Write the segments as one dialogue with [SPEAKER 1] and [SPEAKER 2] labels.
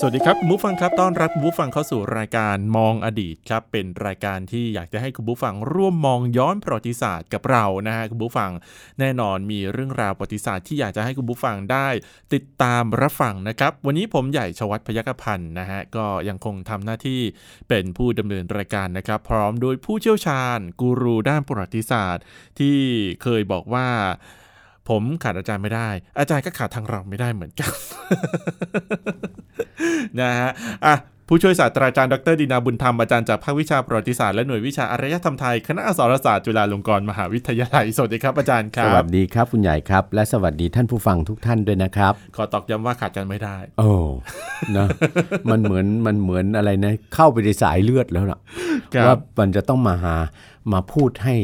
[SPEAKER 1] สวัสดีครับคุณผู้ฟังครับต้อนรับคุณผู้ฟังเข้าสู่รายการมองอดีตครับเป็นรายการที่อยากจะให้คุณผู้ฟังร่วมมองย้อนประวัติศาสตร์กับเรานะฮะคุณผู้ฟังแน่นอนมีเรื่องราวประวัติศาสตร์ที่อยากจะให้คุณผู้ฟังได้ ติดตามรับฟังนะครับ วันนี้ผมใหญ่ชวัฒน์พยัคฆพันธ์นะฮะก็ยังคงทำหน้าที่เป็นผู้ดำเนินรายการนะครับ พร้อมโดยผู้เชี่ยวชาญ กูรูด้านประวัติศาสตร์ ที่เคยบอกว่า ผมขาดอาจารย์ไม่ได้ อาจารย์ก็ขาดทางเราไม่ได้เหมือนกัน นะฮะอ่ะผู้ช่วยศาสตราจารย์ดรดินาบุญธรรม อาจารย์จากภาควิชาประวัติศาสตร์และหน่วยวิชาอารยธรรมไทย คณะอักษรศาสตร์จุฬาลงกรณ์มหาวิทยาลัย สวัสดีครับอาจารย์ค
[SPEAKER 2] ส
[SPEAKER 1] รั
[SPEAKER 2] วั
[SPEAKER 1] บ
[SPEAKER 2] สดีครับคุณใหญ่ครับ และสวัสดีท่านผู้ฟังทุกท่านด้วยนะครับ
[SPEAKER 1] ขอตอกย้ำว่าขาดอาจารย์ไม่ได้
[SPEAKER 2] โอ้เนอะ มันเหมือนมันเหมือนอะไรนะ เข้าไปในสายเลือดแล้วล่ะ
[SPEAKER 1] ครับ
[SPEAKER 2] ว่ามันจะต้องมาหามาพูดให้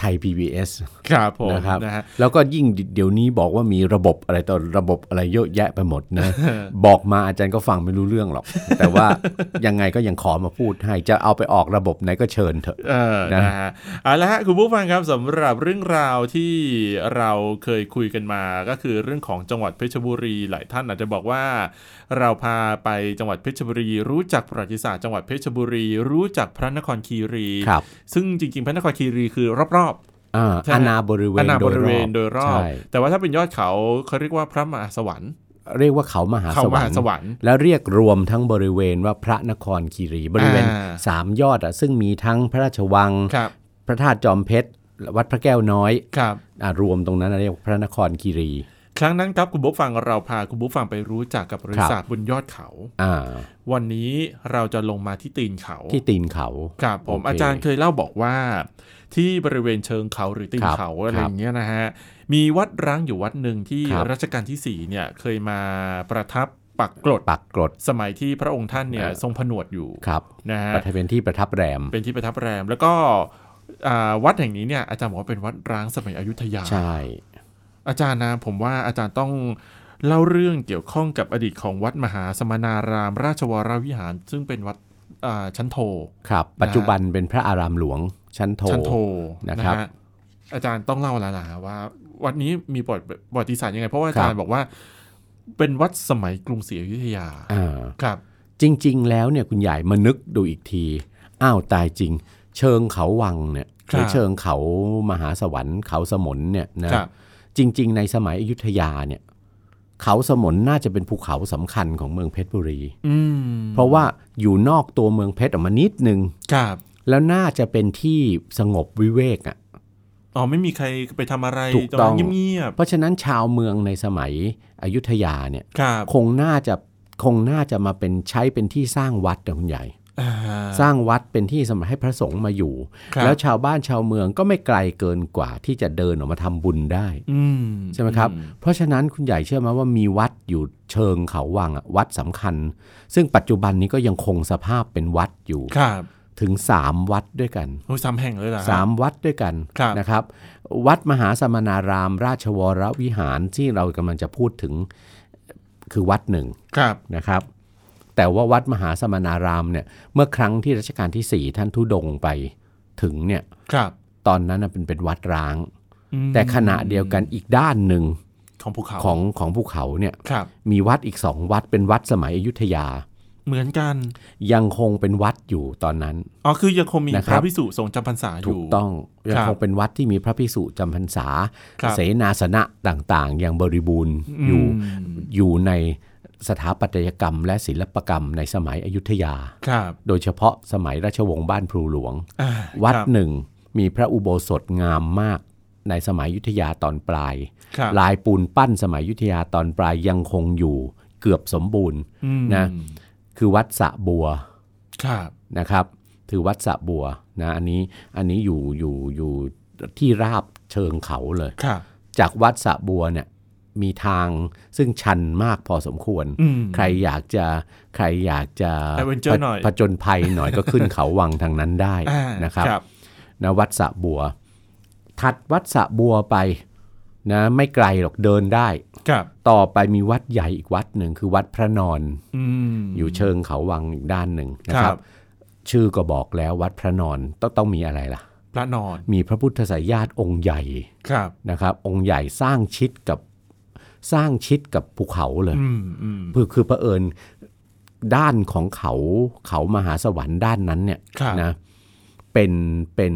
[SPEAKER 2] ไทย PBS
[SPEAKER 1] ครับผม
[SPEAKER 2] นะครับ
[SPEAKER 1] นะฮะ
[SPEAKER 2] แล้วก็ยิ่งเดี๋ยวนี้บอกว่ามีระบบอะไรต่อระบบอะไรเยอะแยะไปหมด นะ บอกมาอาจารย์ก็ฟังไม่รู้เรื่องหรอก แต่ว่ายังไงก็ยังขอมาพูดให้จะเอาไปออกระบบไหนก็เชิญเถอะ
[SPEAKER 1] เออ
[SPEAKER 2] นะ
[SPEAKER 1] นะฮะเอาละฮะคุณผู้ฟังครับสำหรับเรื่องราวที่เราเคยคุยกันมา ก็คือเรื่องของจังหวัดเพชรบุรี หลายท่านอาจจะบอกว่า เราพาไปจังหวัดเพชรบุรี รู้จักประวัติศาสตร์จังหวัดเพชรบุรี รู้จักพระนครคีรี
[SPEAKER 2] ครับ
[SPEAKER 1] ซึ่งจริงๆ พระนครคีรีคือรอบ
[SPEAKER 2] อ่า
[SPEAKER 1] ๆใช่ไห
[SPEAKER 2] อ
[SPEAKER 1] ม
[SPEAKER 2] นาบริเว
[SPEAKER 1] อา
[SPEAKER 2] ณ
[SPEAKER 1] ณาบริเวณ
[SPEAKER 2] โด
[SPEAKER 1] โด
[SPEAKER 2] ย
[SPEAKER 1] ย
[SPEAKER 2] ร
[SPEAKER 1] ร
[SPEAKER 2] อ
[SPEAKER 1] อ
[SPEAKER 2] บบ ใช่
[SPEAKER 1] แต่ว่าถ้าเป็นยอดเขาเขาเรียกว่าพระมหาสวรรค์
[SPEAKER 2] เรียกว่าเขามหา
[SPEAKER 1] เขา
[SPEAKER 2] ส
[SPEAKER 1] ม
[SPEAKER 2] วรร
[SPEAKER 1] หา
[SPEAKER 2] ค์
[SPEAKER 1] สวรรค์
[SPEAKER 2] แล้วเรียกรวมทั้งบริเวณว่าพระนครคีรี บริเวณ
[SPEAKER 1] อ่า
[SPEAKER 2] สามยอดอะซึ่งมีทั้งพระราชวัง
[SPEAKER 1] ครับ
[SPEAKER 2] พระธาตุจอมเพชรวัดพระแก้วน้อย
[SPEAKER 1] ครับ
[SPEAKER 2] อะรวมตรงนั้นอะเรียกว่าพระนครคีรี
[SPEAKER 1] ครั้งนั้นครับคุณบุ๊กฟังเราพาคุณบุ๊กฟังไปรู้จักกับบริษัทบนยอดเขา
[SPEAKER 2] อ่า
[SPEAKER 1] วันนี้เราจะลงมาที่ตีนเขา
[SPEAKER 2] ที่ตีนเขา
[SPEAKER 1] ครับผม
[SPEAKER 2] โอเค
[SPEAKER 1] อาจารย์เคยเล่าบอกว่า ที่บริเวณเชิงเขาหรือตีน
[SPEAKER 2] ครับ
[SPEAKER 1] เขาอะไรอย่างเงี้ยนะฮะมีวัดร้างอยู่วัดหนึ่งที่
[SPEAKER 2] ครับ
[SPEAKER 1] รัชกาลที่สี่เนี่ยเคยมาประทับปักกรด
[SPEAKER 2] ปักกรด
[SPEAKER 1] สมัยที่พระองค์ท่านเนี่ย
[SPEAKER 2] เออ
[SPEAKER 1] ทรงผนวดอยู่
[SPEAKER 2] ครับ
[SPEAKER 1] นะฮะ
[SPEAKER 2] ประทับเป็นที่ประทับแรม
[SPEAKER 1] เป็นที่ประทับแรม แล้วก็อ่าวัดแห่งนี้เนี่ยอาจารย์บอกว่าเป็นวัดร้างสมัยอยุธยา
[SPEAKER 2] ใช่
[SPEAKER 1] อาจารย์นะผมว่าอาจารย์ต้องเล่าเรื่องเกี่ยวข้องกับอดีตของวัดมหาสมณาราม ราชวรวิหาร ซึ่งเป็นวัดอ่าชั้นโท
[SPEAKER 2] ครับ ปัจจุบันเป็นพระอารามหลวงชั้นโท
[SPEAKER 1] ชั้นโท
[SPEAKER 2] นะครับ
[SPEAKER 1] ฮอาจารย์ต้องเล่าแล้วนะว่า วัดนี้มีประวัติประวัติศาสตร์ยังไง เพราะว่าอาจารย์บอกว่า เป็นวัดสมัยกรุงศรีอยุธยา
[SPEAKER 2] อ่า
[SPEAKER 1] ครับ
[SPEAKER 2] จริง ๆ แล้วเนี่ยคุณใหญ่มานึกดูอีกที อ้าวตายจริง เชิงเขาวังเนี่ยหรือ
[SPEAKER 1] ครับ
[SPEAKER 2] เชิงเขามหาสวรรค์เขาสมนเนี่ยนะ
[SPEAKER 1] ครับ
[SPEAKER 2] จริง ๆ ในสมัยอยุธยาเนี่ยเขาสมนน่าจะเป็นภูเขาสำคัญของเมืองเพชรบุรี
[SPEAKER 1] อืม
[SPEAKER 2] เพราะว่าอยู่นอกตัวเมืองเพชรออกมานิดนึง
[SPEAKER 1] ครับ
[SPEAKER 2] แล้วน่าจะเป็นที่สงบวิเวกอ่ะ
[SPEAKER 1] อ๋อไม่มีใครไปทำอะไร
[SPEAKER 2] ถูกต้อ
[SPEAKER 1] ร
[SPEAKER 2] ง
[SPEAKER 1] นั้นเงียบ
[SPEAKER 2] เพราะฉะนั้นชาวเมืองในสมัยอยุธยาเนี่ย
[SPEAKER 1] ๆครับ
[SPEAKER 2] คงน่าจะคงน่าจะมาเป็นใช้เป็นที่สร้างวัดนะคุณใหญ่
[SPEAKER 1] อ่า
[SPEAKER 2] สร้างวัดเป็นที่สำหรับให้พระสงฆ์มาอยู่
[SPEAKER 1] ครับ
[SPEAKER 2] แล้วชาวบ้านชาวเมืองก็ไม่ไกลเกินกว่าที่จะเดินออกมาทำบุญได้
[SPEAKER 1] อืม
[SPEAKER 2] ใช่ไหมครับ
[SPEAKER 1] อื
[SPEAKER 2] เพราะฉะนั้นคุณใหญ่เชื่อไหมว่ามีวัดอยู่เชิงเขาวังอะวัดสำคัญ ซึ่งปัจจุบันนี้ก็ยังคงสภาพเป็นวัดอยู่
[SPEAKER 1] ครับ
[SPEAKER 2] ถึง 3 วัดด้วยกัน
[SPEAKER 1] โอ้ยสามแห่งเลยเหรอฮะ
[SPEAKER 2] 3 วัดด้วยกัน
[SPEAKER 1] ครับ
[SPEAKER 2] นะครับ วัดมหาสมณาราม ราชวรวิหารที่เรากำลังจะพูดถึงคือวัดหนึ่ง
[SPEAKER 1] ครับ
[SPEAKER 2] นะครับ แต่ว่าวัดมหาสมณารามเนี่ยเมื่อครั้งที่รัชกาลทีสี่4 ท่านทุดงค์ไปถึงเนี่ย
[SPEAKER 1] ครับ
[SPEAKER 2] ตอนนั้นนะเป็นเป็นวัดร้าง
[SPEAKER 1] อืม
[SPEAKER 2] แต่ขณะเดียวกันอีกด้านหนึ่ง
[SPEAKER 1] ของภูเขา
[SPEAKER 2] ของของภูเขาเนี่ย
[SPEAKER 1] ครับ
[SPEAKER 2] มีวัดอีกสองวัดเป็นวัดสมัยอยุธยา
[SPEAKER 1] เหมือนกัน
[SPEAKER 2] ยังคงเป็นวัดอยู่ตอนนั้น
[SPEAKER 1] อ๋อคือยังคงมี
[SPEAKER 2] นะค
[SPEAKER 1] พ
[SPEAKER 2] รับ
[SPEAKER 1] ระพิสุสงฆ์จำพรรษาอ
[SPEAKER 2] ถู
[SPEAKER 1] ยู่
[SPEAKER 2] กต้องยังคงเป็นวัดที่มีพระภิกษุจำพรรษา
[SPEAKER 1] ครับ
[SPEAKER 2] เสนาสนะต่างๆ อย่างบริบูรณ์อยู่
[SPEAKER 1] ม
[SPEAKER 2] อยู่ในสถาปัตยกรรมและศิลปกรรมในสมัยอยุธยา
[SPEAKER 1] ครับ
[SPEAKER 2] โดยเฉพาะสมัยราชวงศ์บ้านพลูหลวง
[SPEAKER 1] อ่า
[SPEAKER 2] วัด
[SPEAKER 1] ครับ
[SPEAKER 2] หนึ่งมีพระอุโบสถงามมากในสมัยอยุธยาตอนปลาย
[SPEAKER 1] ครับ
[SPEAKER 2] ลายปูนปั้นสมัยอยุธยาตอนปลายยังคงอยู่เกือบสมบูรณ์
[SPEAKER 1] อืม
[SPEAKER 2] นะ คือวัดสระบัว
[SPEAKER 1] ครับ
[SPEAKER 2] นะครับถือวัดสระบัวนะอันนี้อันนี้อยู่อยู่อยู่ที่ราบเชิงเขาเลย
[SPEAKER 1] ครับ
[SPEAKER 2] จากวัดสระบัวเนี่ยมีทางซึ่งชันมากพอสมควร
[SPEAKER 1] อืม
[SPEAKER 2] ใครอยากจะใครอยากจะ
[SPEAKER 1] Adventure หน่อย
[SPEAKER 2] ผจญภัยหน่อยก็ขึ้นเขาวังทางนั้นได้
[SPEAKER 1] อ่า
[SPEAKER 2] นะครับนะวัดสระบัว ถัดวัดสระบัวไป นะไม่ไกลหรอกเดินได้
[SPEAKER 1] ครับ
[SPEAKER 2] ต่อไปมีวัดใหญ่อีกวัดหนึ่งคือวัดพระนอน
[SPEAKER 1] อืม
[SPEAKER 2] อยู่เชิงเขาวังอีกด้านหนึ่งนะค
[SPEAKER 1] ครั
[SPEAKER 2] รับ บ ชื่อก็บอกแล้ววัดพระนอนต้องต้องมีอะไรล่ะ
[SPEAKER 1] พระนอน
[SPEAKER 2] มีพระพุทธสายญาติองค์ใหญ่
[SPEAKER 1] ครับ
[SPEAKER 2] นะครับ องค์ใหญ่สร้างชิดกับสร้างชิดกับภูเขาเลย
[SPEAKER 1] อืมอืม
[SPEAKER 2] คือคือเผอิญด้านของเขาเขามหาสวรรค์ด้านนั้นเนี่ย
[SPEAKER 1] ครับ
[SPEAKER 2] นะเป็นเป็น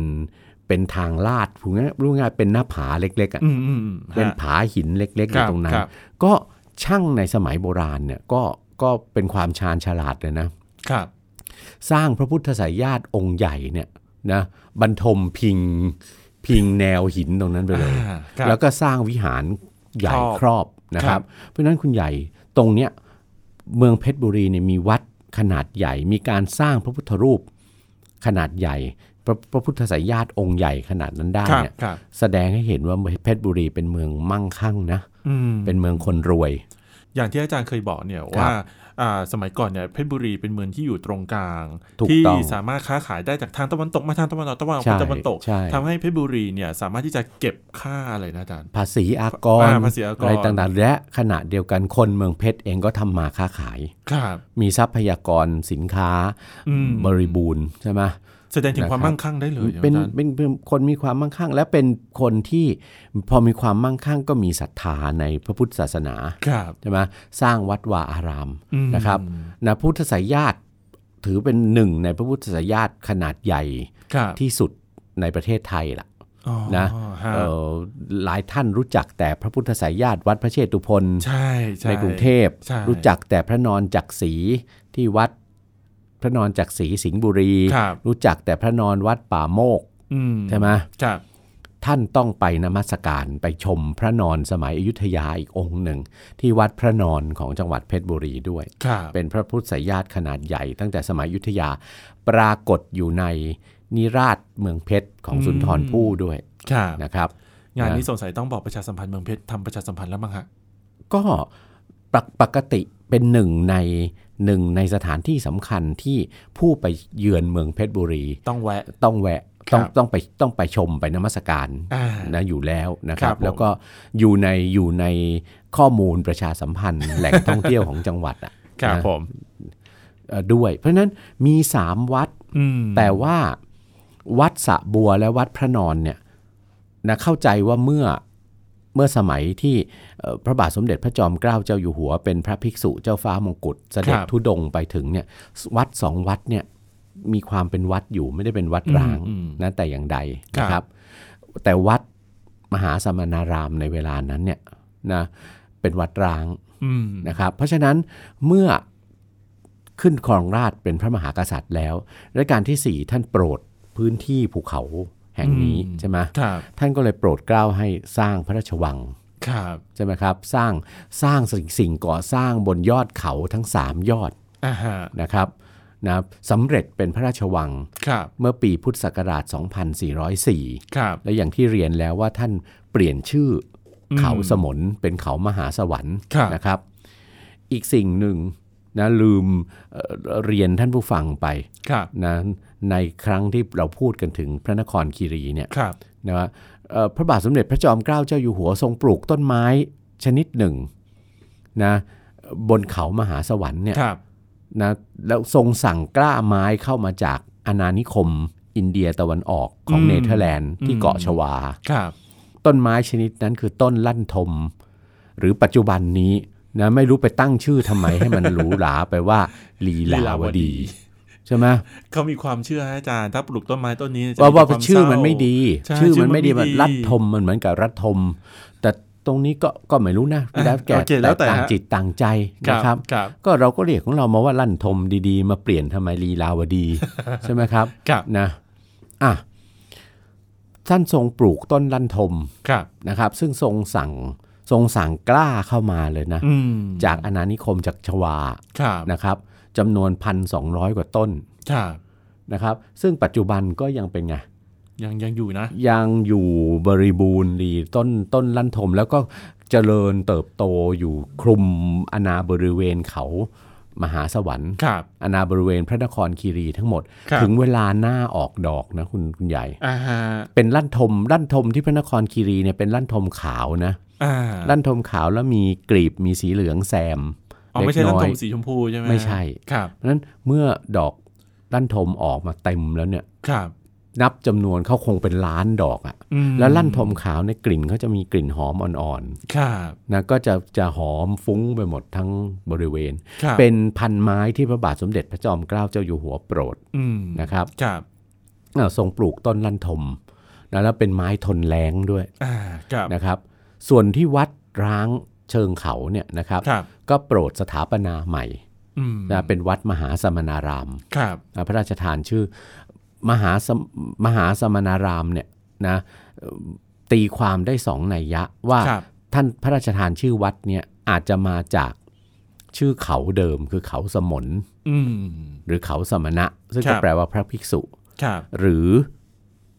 [SPEAKER 2] เป็นทางลาดพูดง่ายรู้ง่ายๆเป็นหน้าผาเล็กๆอะ
[SPEAKER 1] อืมอืมอืม
[SPEAKER 2] เป็น
[SPEAKER 1] ฮะ
[SPEAKER 2] ผาหินเล็กๆอ
[SPEAKER 1] ครั
[SPEAKER 2] ยู่
[SPEAKER 1] บ
[SPEAKER 2] ตรงนั้น
[SPEAKER 1] ครับ
[SPEAKER 2] ก็ช่างในสมัยโบราณเนี่ยก็ก็เป็นความชาญฉลาดเลยนะครับ สร้างพระพุทธสายญาติองค์ใหญ่เนี่ยนะบรรทมพิงพิงแนวหินตรงนั้นไปเลย
[SPEAKER 1] อ่าครับ
[SPEAKER 2] แล้วก็สร้างวิหารใหญ่
[SPEAKER 1] ครับ
[SPEAKER 2] ครอบนะค
[SPEAKER 1] ครั
[SPEAKER 2] รับ บ เพราะฉะนั้นคุณใหญ่ตรงเนี้ยเมืองเพชรบุรีเนี่ยมีวัดขนาดใหญ่ มีการสร้างพระพุทธรูปขนาดใหญ่ พระพระพุทธสายญาติองค์ใหญ่ขนาดนั้นได้
[SPEAKER 1] ครับ
[SPEAKER 2] เนี่ย
[SPEAKER 1] ครับ
[SPEAKER 2] แสดงให้เห็นว่าเพชรบุรีเป็นเมืองมั่งคั่งนะ
[SPEAKER 1] อืม
[SPEAKER 2] เป็นเมืองคนรวย
[SPEAKER 1] อย่างที่อาจารย์เคยบอกเนี่ย
[SPEAKER 2] ครับ
[SPEAKER 1] ว่าอ่าสมัยก่อนเนี่ยเพชรบุรีเป็นเมืองที่อยู่ตรงกลาง
[SPEAKER 2] ถูก
[SPEAKER 1] ที่
[SPEAKER 2] ต้อง
[SPEAKER 1] สามารถค้าขายได้จากทางตะวันตกมาทางตะวันออกตะวันออก
[SPEAKER 2] ใช่
[SPEAKER 1] ไปตะวันตก
[SPEAKER 2] ใช่
[SPEAKER 1] ทำให้เพชรบุรีเนี่ยสามารถที่จะเก็บค่าอะไรนะอาจารย์
[SPEAKER 2] ภาษีอากร
[SPEAKER 1] อ่าภาษีอากร
[SPEAKER 2] ไรต่างๆ และขณะเดียวกันคนเมืองเพชรเองก็ทำมาค้าขาย
[SPEAKER 1] ครับ
[SPEAKER 2] มีทรัพยากรสินค้า
[SPEAKER 1] อืม
[SPEAKER 2] บริบูรณ์ใช่ไหม
[SPEAKER 1] แสดงถึงความ
[SPEAKER 2] นะครับ
[SPEAKER 1] มั่งคั่งได้เลย
[SPEAKER 2] เป็น
[SPEAKER 1] อาจารย์
[SPEAKER 2] เป็นเป็นคนมีความมั่งคั่ง และเป็นคนที่พอมีความมั่งคั่งก็มีศรัทธาในพระพุทธศาสนา
[SPEAKER 1] ครับ
[SPEAKER 2] ใช่ไหมสร้างวัดวาอาราม
[SPEAKER 1] อืม
[SPEAKER 2] นะครับนะพุทธสายญาติถือเป็นหนึ่งในพระพุทธสายญาติขนาดใหญ่
[SPEAKER 1] ครับ
[SPEAKER 2] ที่สุดในประเทศไทยล่ะ
[SPEAKER 1] อ๋อ
[SPEAKER 2] นะ
[SPEAKER 1] ฮะ
[SPEAKER 2] เอ่อหลายท่านรู้จักแต่พระพุทธสายญาติวัดพระเชตุพน
[SPEAKER 1] ใช่ใช่
[SPEAKER 2] กรุงเทพ
[SPEAKER 1] ใช่
[SPEAKER 2] รู้จักแต่พระนอนจักรีที่วัดพระนอนจักรีสิงห์บุรี
[SPEAKER 1] ครับ
[SPEAKER 2] รู้จักแต่พระนอนวัดป่าโมก
[SPEAKER 1] อืม
[SPEAKER 2] ใช่ไหม
[SPEAKER 1] ครับ
[SPEAKER 2] ท่านต้องไปนมัสการไปชมพระนอนสมัยอยุธยาอีกองค์หนึ่ง ที่วัดพระนอนของจังหวัดเพชรบุรีด้วย
[SPEAKER 1] ครับ
[SPEAKER 2] เป็นพระพุทธสายญาติขนาดใหญ่ตั้งแต่สมัยอยุธยา ปรากฏอยู่ในนิราชเมืองเพชรของสุนทรภู่ด้วย
[SPEAKER 1] ครับ
[SPEAKER 2] นะครับ
[SPEAKER 1] งานนี้สงสัยต้องบอกประชาสัมพันธ์เมืองเพชรทำประชาสัมพันธ์แล้วมั้งฮะ
[SPEAKER 2] ก็ปกปกติเป็นหนึ่งในหนึ่งในสถานที่สำคัญที่ผู้ไปเยือนเมืองเพชรบุรี
[SPEAKER 1] ต้องแวะ
[SPEAKER 2] ต้องแวะต้อง
[SPEAKER 1] ครับ
[SPEAKER 2] ต้องไปต้องไปชมไปนมัสการ
[SPEAKER 1] อ่า
[SPEAKER 2] นะอยู่แล้วนะค
[SPEAKER 1] ค
[SPEAKER 2] รั
[SPEAKER 1] รับ บผม
[SPEAKER 2] แล้วก็อยู่ในอยู่ในข้อมูลประชาสัมพันธ์ แหล่งท่องเที่ยวของจังหวัดอะ
[SPEAKER 1] ครับ
[SPEAKER 2] นะ
[SPEAKER 1] ผม
[SPEAKER 2] เอ่อด้วย เพราะฉะนั้นมี 3 วัด
[SPEAKER 1] อืม
[SPEAKER 2] แต่ว่าวัดสระบัวและวัดพระนอนเนี่ยนะเข้าใจว่าเมื่อเมื่อสมัยที่เอ่อพระบาทสมเด็จพระจอมเกล้าเจ้าอยู่หัว เป็นพระภิกษุเจ้าฟ้ามงกุฎเสด็จทุดงค์ไปถึงเนี่ยวัดสองวัดเนี่ยมีความเป็นวัดอยู่ไม่ได้เป็นวัดร้าง
[SPEAKER 1] อืม
[SPEAKER 2] นะแต่อย่างใด
[SPEAKER 1] ครับ
[SPEAKER 2] นะครับ แต่วัดมหาสมณารามในเวลานั้นเนี่ยนะเป็นวัดร้าง
[SPEAKER 1] อืม
[SPEAKER 2] นะครับเพราะฉะนั้นเมื่อขึ้นครองราชย์เป็นพระมหากษัตริย์แล้วรัชกาลทีสี่ 4 ท่านโปรดพื้นที่ภูเขาแห่งนี้
[SPEAKER 1] อืม
[SPEAKER 2] ใช่ไหม
[SPEAKER 1] ครับ
[SPEAKER 2] ท่านก็เลยโปรดเกล้าให้สร้างพระราชวัง
[SPEAKER 1] ครับ
[SPEAKER 2] ใช่ไหมครับสร้างสร้างสิ่งสิ่งก่อสร้างบนยอดเขาทั้ง 3 ยอด
[SPEAKER 1] อ่าฮะ
[SPEAKER 2] นะครับนะครับสำเร็จเป็นพระราชวัง
[SPEAKER 1] ครับ
[SPEAKER 2] เมื่อปีพุทธศักราช 2404
[SPEAKER 1] ครับ
[SPEAKER 2] และอย่างที่เรียนแล้วว่าท่านเปลี่ยนชื่ออ
[SPEAKER 1] ม
[SPEAKER 2] เขาสมนเป็นเขามหาสวรรค์
[SPEAKER 1] ครับ
[SPEAKER 2] นะครับ อีกสิ่งหนึ่งนะลืมเอ่อเรียนท่านผู้ฟังไป
[SPEAKER 1] ครับ
[SPEAKER 2] นะในครั้งที่เราพูดกันถึงพระนครคีรีเนี่ย
[SPEAKER 1] ครับ
[SPEAKER 2] นะว่าเอ่อพระบาทสมเด็จพระจอมเกล้าเจ้าอยู่หัวทรงปลูกต้นไม้ชนิดหนึ่งนะบนเขามหาสวรรค์เนี่ย
[SPEAKER 1] ครับ
[SPEAKER 2] นะแล้วทรงสั่งกล้าไม้เข้ามาจากอาณานิคม อินเดียตะวันออกของ
[SPEAKER 1] อืม
[SPEAKER 2] เนเธอร์แลนด์ที่
[SPEAKER 1] อืม
[SPEAKER 2] เกาะชวา
[SPEAKER 1] ครับ
[SPEAKER 2] ต้นไม้ชนิดนั้นคือต้นลั่นทม หรือปัจจุบันนี้นะไม่รู้ไปตั้งชื่อทำไม ให้มันหรูหราไปว่าลีลาวดี ใช่ไหม
[SPEAKER 1] เขามีความเชื่อให้อาจารย์ถ้าปลูกต้นไม้ต้นนี้จะ
[SPEAKER 2] ว่าว่า
[SPEAKER 1] ควม
[SPEAKER 2] ชื่อ
[SPEAKER 1] เศร้า
[SPEAKER 2] มันไม่ดี
[SPEAKER 1] ใช่
[SPEAKER 2] ชื่อมันไม่ดี
[SPEAKER 1] ชื่อมันไม่
[SPEAKER 2] มัน
[SPEAKER 1] ดี
[SPEAKER 2] รัดทมมันเหมือนกับรัดทม แต่ตรงนี้ก็ก็ไม่รู้นะ
[SPEAKER 1] อ่ะ
[SPEAKER 2] แล้วแก่
[SPEAKER 1] โอเคแล้วแต่
[SPEAKER 2] ต่าง
[SPEAKER 1] ฮะ
[SPEAKER 2] จิตต่างใจ
[SPEAKER 1] ค
[SPEAKER 2] นะค
[SPEAKER 1] รั
[SPEAKER 2] รั
[SPEAKER 1] บบ ครับ
[SPEAKER 2] ก็เราก็เรียกของเรามาว่าลั่นทมดีๆ มาเปลี่ยนทำไมลีลาว ดี ใช่ไหมครับ
[SPEAKER 1] ครับ
[SPEAKER 2] นะอ่ะท่านทรงปลูกต้นลั่นทม
[SPEAKER 1] ครับ
[SPEAKER 2] นะครับซึ่งทรงสั่งทรงสั่งกล้าเข้ามาเลยนะ
[SPEAKER 1] อืม
[SPEAKER 2] จากอาณานิคมจากชวา
[SPEAKER 1] ครับ
[SPEAKER 2] นะครับจำนวน 1,200 กว่าต้น
[SPEAKER 1] ครับ
[SPEAKER 2] นะครับ ซึ่งปัจจุบันก็ยังเป็นไง
[SPEAKER 1] ยังยังอยู่นะ
[SPEAKER 2] ยังอยู่บริบูรณ์ดีต้นต้นลั่นทมแล้วก็เจริญเติบโตอยู่คลุมอาณาบริเวณเขา มหาสวรรค์
[SPEAKER 1] ครับ
[SPEAKER 2] อาณาบริเวณพระนครคีรีทั้งหมด
[SPEAKER 1] ครับ
[SPEAKER 2] ถึงเวลาหน้าออกดอกนะคุณคุณใหญ่
[SPEAKER 1] อ่าฮะ
[SPEAKER 2] เป็นลั่นทมลั่นทมที่พระนครคีรีเนี่ยเป็นลั่นทมขาวนะ
[SPEAKER 1] อ่า
[SPEAKER 2] ลั่นทมขาวแล้วมีกลีบมีสีเหลืองแซม
[SPEAKER 1] อ๋อไม่ใช่
[SPEAKER 2] เล็
[SPEAKER 1] ลั่น
[SPEAKER 2] กอย
[SPEAKER 1] ทมสีชมพูใช่ไหม
[SPEAKER 2] ไม่ใช่
[SPEAKER 1] ครับ
[SPEAKER 2] เพราะฉะนั้นเมื่อดอกลั่นทมออกมาเต็มแล้วเนี่ย
[SPEAKER 1] ครับ
[SPEAKER 2] นับจำนวนเขาคงเป็นล้านดอกอะ
[SPEAKER 1] อืม
[SPEAKER 2] แล้วลั่นทมขาวในยกลิ่นเขาจะมีกลิ่นหอมอ่อน
[SPEAKER 1] ครับ
[SPEAKER 2] ๆนะก็จะจะหอมฟุ้งไปหมดทั้งบริเวณ
[SPEAKER 1] ครับ
[SPEAKER 2] เป็นพันไม้ที่พระบาทสมเด็จพระจอมเกล้าเจ้าอยู่หัวโปรด
[SPEAKER 1] อืม
[SPEAKER 2] นะครับ
[SPEAKER 1] ครับ
[SPEAKER 2] อ่าทรงปลูกต้นลั่นทมนะแล้วเป็นไม้ทนแล้งด้วย
[SPEAKER 1] อ่าครับ
[SPEAKER 2] นะครับ ส่วนที่วัดร้างเชิงเขาเนี่ยนะครับ
[SPEAKER 1] ครับ
[SPEAKER 2] ก็โปรดสถาปนาใหม่
[SPEAKER 1] อืม
[SPEAKER 2] นะเป็นวัดมหาสมณาราม
[SPEAKER 1] ครับ
[SPEAKER 2] นะพระราชทานชื่อมหาสมมหาสมณารามเนี่ยนะเอ่อตีความได้สองนัยยะว่า
[SPEAKER 1] ครับ
[SPEAKER 2] ท่านพระราชทานชื่อวัดเนี่ยอาจจะมาจากชื่อเขาเดิมคือเขาสมน
[SPEAKER 1] อืม
[SPEAKER 2] หรือเขาสมณะ ซึ่ง
[SPEAKER 1] ครั
[SPEAKER 2] ก็
[SPEAKER 1] บ
[SPEAKER 2] แปลว่าพระภิกษุ
[SPEAKER 1] ครับ
[SPEAKER 2] หรือ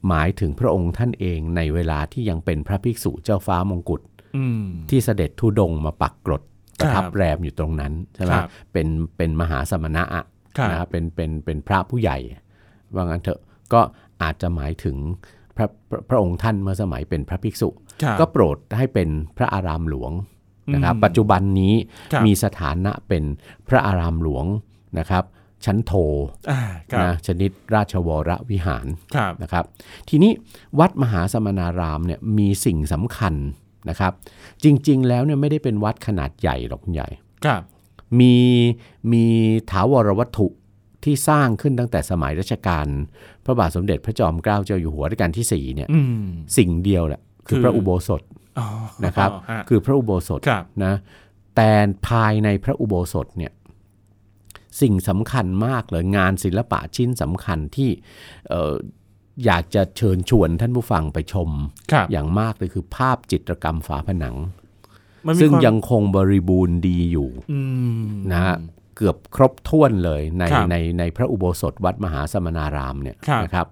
[SPEAKER 2] หมายถึงพระองค์ท่านเองในเวลาที่ยังเป็นพระภิกษุเจ้าฟ้ามงกุฎ
[SPEAKER 1] อืม
[SPEAKER 2] ที่เสด็จทุดงค์มาปักกรดประทับ
[SPEAKER 1] ครับ
[SPEAKER 2] แรมอยู่ตรงนั้นใช่ไหม
[SPEAKER 1] ครับ
[SPEAKER 2] เป็นเป็นมหาสมณะอะ
[SPEAKER 1] ครับ
[SPEAKER 2] นะครับเป็นเป็นเป็นพระผู้ใหญ่ ว่างั้นเถอะก็อาจจะหมายถึงพระพระพระองค์ท่านเมื่อสมัยเป็นพระภิกษุ
[SPEAKER 1] ครับ
[SPEAKER 2] ก็โปรดให้เป็นพระอารามหลวงนะครับ
[SPEAKER 1] อืม
[SPEAKER 2] ปัจจุบันนี้
[SPEAKER 1] ครับ
[SPEAKER 2] มีสถานะเป็นพระอารามหลวงนะครับ ชั้นโท
[SPEAKER 1] อ่าครับ
[SPEAKER 2] นะชนิดราชวรวิหาร
[SPEAKER 1] ครับ
[SPEAKER 2] นะครับ ทีนี้วัดมหาสมณารามเนี่ยมีสิ่งสำคัญนะครับ จริง ๆ แล้วเนี่ยไม่ได้เป็นวัดขนาดใหญ่หรอกคุณใหญ่
[SPEAKER 1] ครับ
[SPEAKER 2] มีมีถาวรวัตถุที่สร้างขึ้นตั้งแต่สมัยรัชกาลพระบาทสมเด็จพระจอมเกล้าเจ้าอยู่หัวรัชกาลที่ 4 เนี่ย
[SPEAKER 1] อืม
[SPEAKER 2] สิ่งเดียวแหละคือ
[SPEAKER 1] คือ
[SPEAKER 2] พระอุโบสถ
[SPEAKER 1] อ๋อ
[SPEAKER 2] นะครับ
[SPEAKER 1] ฮะ
[SPEAKER 2] คือพระอุโบสถ
[SPEAKER 1] ครับ
[SPEAKER 2] นะแต่ภายในพระอุโบสถเนี่ยสิ่งสำคัญมากเลยงานศิลปะชิ้นสำคัญที่เอ่ออยากจะเชิญชวนท่านผู้ฟังไปชม
[SPEAKER 1] ครับ
[SPEAKER 2] อย่างมากเลยคือภาพจิตรกรรมฝาผนัง
[SPEAKER 1] มันมี
[SPEAKER 2] ซึ่ง
[SPEAKER 1] ความ
[SPEAKER 2] ยังคงบริบูรณ์ดีอยู่
[SPEAKER 1] อืม
[SPEAKER 2] นะฮะเกือบครบถ้วนเลยใน
[SPEAKER 1] ครับ
[SPEAKER 2] ในในพระอุโบสถวัดมหาสมณารามเนี่ย
[SPEAKER 1] ครับ
[SPEAKER 2] นะครับ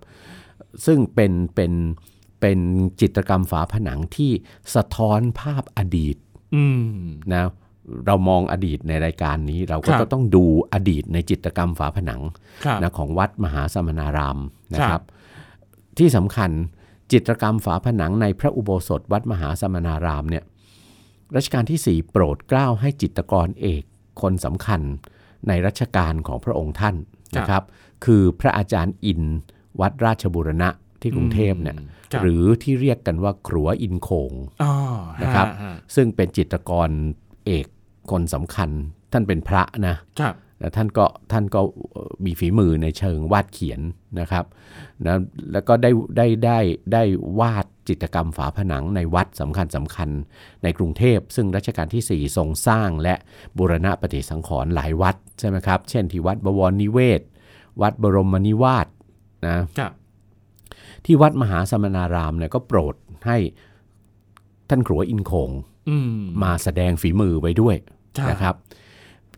[SPEAKER 2] ซึ่งเป็นเป็นเป็นจิตรกรรมฝาผนังที่สะท้อนภาพอดีต
[SPEAKER 1] อืม
[SPEAKER 2] นะเรามองอดีตในรายการนี้ เราก็
[SPEAKER 1] ครับ
[SPEAKER 2] ต้องดูอดีตในจิตรกรรมฝาผนัง
[SPEAKER 1] ครับ
[SPEAKER 2] นะของวัดมหาสมณารามนะค
[SPEAKER 1] ครั
[SPEAKER 2] รับ
[SPEAKER 1] บ
[SPEAKER 2] ที่สำคัญจิตรกรรมฝาผนังในพระอุโบสถวัดมหาสมณารามเนี่ยรัชกาลที่ 4 โปรดเกล้าให้จิตรกรเอกคนสำคัญในรัชกาลของพระองค์ท่านนะครับ คือพระอาจารย์อินวัดราชบุรณะที่กรุงเทพเนี่ย
[SPEAKER 1] ครับ
[SPEAKER 2] หรือที่เรียกกันว่าครัวอินโขง
[SPEAKER 1] อ๋อ
[SPEAKER 2] นะครับ
[SPEAKER 1] ฮฮ
[SPEAKER 2] ซึ่งเป็นจิตรกรเอกคนสำคัญ ท่านเป็นพระนะ
[SPEAKER 1] ครับ
[SPEAKER 2] นะท่านก็ท่านก็เอ่อมีฝีมือในเชิงวาดเขียนนะครับนะแล้วก็ได้ได้ได้ได้วาดจิตรกรรมฝาผนังในวัดสำคัญสำคัญในกรุงเทพ ซึ่งรัชกาลที่ 4 ทรงสร้างและบูรณะปฏิสังขรณ์หลายวัดใช่ไหมครับ เช่นที่วัดบวรนิเวศ วัดบรมนิวาสนะครับ ที่วัดมหาสมณารามเนี่ยก็โปรดให้ท่านขรัวอินโขง
[SPEAKER 1] อืม
[SPEAKER 2] มาแสดงฝีมือไว้ด้วย
[SPEAKER 1] ครับ
[SPEAKER 2] นะครับ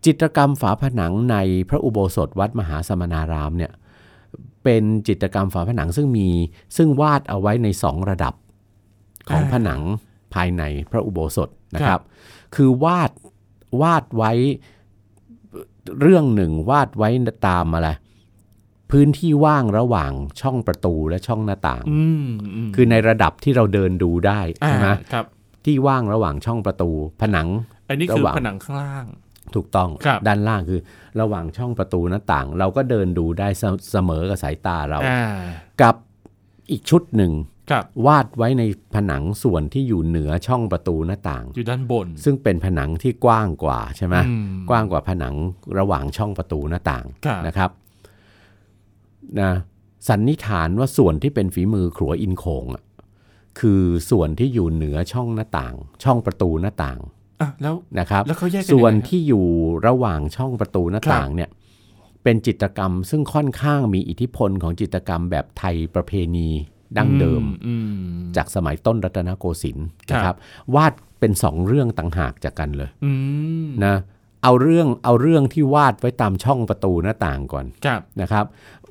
[SPEAKER 2] จิตรกรรมฝาผนังในพระอุโบสถวัดมหาสมณารามเนี่ยเป็นจิตรกรรมฝาผนังซึ่งมีซึ่งวาดเอาไว้ในสองระดับของผนังภายในพระอุโบสถนะครับ คือวาดวาดไว้เรื่องหนึ่งวาดไว้ตามอะไรพื้นที่ว่างระหว่างช่องประตูและช่องหน้าต่าง
[SPEAKER 1] อืมม
[SPEAKER 2] คือในระดับที่เราเดินดูได้
[SPEAKER 1] อ่า
[SPEAKER 2] ใช่ไหม
[SPEAKER 1] ครับ
[SPEAKER 2] ที่ว่างระหว่างช่องประตู ผนัง
[SPEAKER 1] อันนี้คือ
[SPEAKER 2] ระหว่าง
[SPEAKER 1] ผนังข้างล่าง
[SPEAKER 2] ถูกต้อง
[SPEAKER 1] ครับ
[SPEAKER 2] ด้านล่างคือระหว่างช่องประตูหน้าต่าง เราก็เดินดูได้เสเสมอกับสายตาเรา
[SPEAKER 1] อ่า
[SPEAKER 2] กับอีกชุดหนึ่ง
[SPEAKER 1] ครับ
[SPEAKER 2] วาดไว้ในผนังส่วนที่อยู่เหนือช่องประตูหน้าต่าง
[SPEAKER 1] อยู่ด้านบน
[SPEAKER 2] ซึ่งเป็นผนังที่กว้างกว่าใช่ไหม
[SPEAKER 1] อืม
[SPEAKER 2] กว้างกว่าผนังระหว่างช่องประตูหน้าต่าง
[SPEAKER 1] ครับ
[SPEAKER 2] นะครับนะสันนิษฐานว่าส่วนที่เป็นฝีมือขรัวอินโขงอะคือส่วนที่อยู่เหนือช่องหน้าต่าง ช่องประตูหน้าต่าง
[SPEAKER 1] อ่ะแล้ว
[SPEAKER 2] นะครับ
[SPEAKER 1] แล้วเขาแยกกันยังไง
[SPEAKER 2] ส่วน
[SPEAKER 1] ครับ
[SPEAKER 2] ที่อยู่ระหว่างช่องประตูหน้า
[SPEAKER 1] ครับ
[SPEAKER 2] ต่างเนี่ยเป็นจิตรกรรมซึ่งค่อนข้างมีอิทธิพลของจิตรกรรมแบบไทยประเพณีดั้งเดิม
[SPEAKER 1] อืม
[SPEAKER 2] จากสมัยต้นรัตนโกสินทร์
[SPEAKER 1] ครับ
[SPEAKER 2] นะครับวาดเป็นสองเรื่องต่างหากจากกันเลย
[SPEAKER 1] อืม
[SPEAKER 2] นะเอาเรื่องเอาเรื่องที่วาดไว้ตามช่องประตูหน้าต่างก่อน
[SPEAKER 1] ครับ
[SPEAKER 2] นะครับ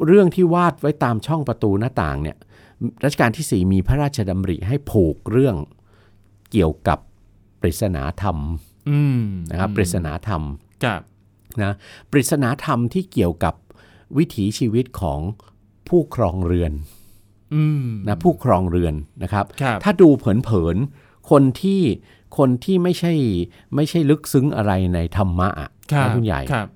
[SPEAKER 2] เรื่องที่วาดไว้ตามช่องประตูหน้าต่างเนี่ยรัชกาลที่สี่มีพระราชดำริให้ผูกเรื่องเกี่ยวกับปริศนาธรรม
[SPEAKER 1] อืม
[SPEAKER 2] นะครับปริศนาธรรม
[SPEAKER 1] ครับ
[SPEAKER 2] นะปริศนาธรรมที่เกี่ยวกับวิถีชีวิตของผู้ครองเรือน
[SPEAKER 1] อืม
[SPEAKER 2] นะผู้ครองเรือนนะครับ
[SPEAKER 1] ครับ
[SPEAKER 2] ถ้าดูเผินๆคนที่คนที่ไม่ใช่ไม่ใช่ลึกซึ้งอะไรในธรรมะอะ
[SPEAKER 1] รับ
[SPEAKER 2] นะคุณใหญ่
[SPEAKER 1] ครับ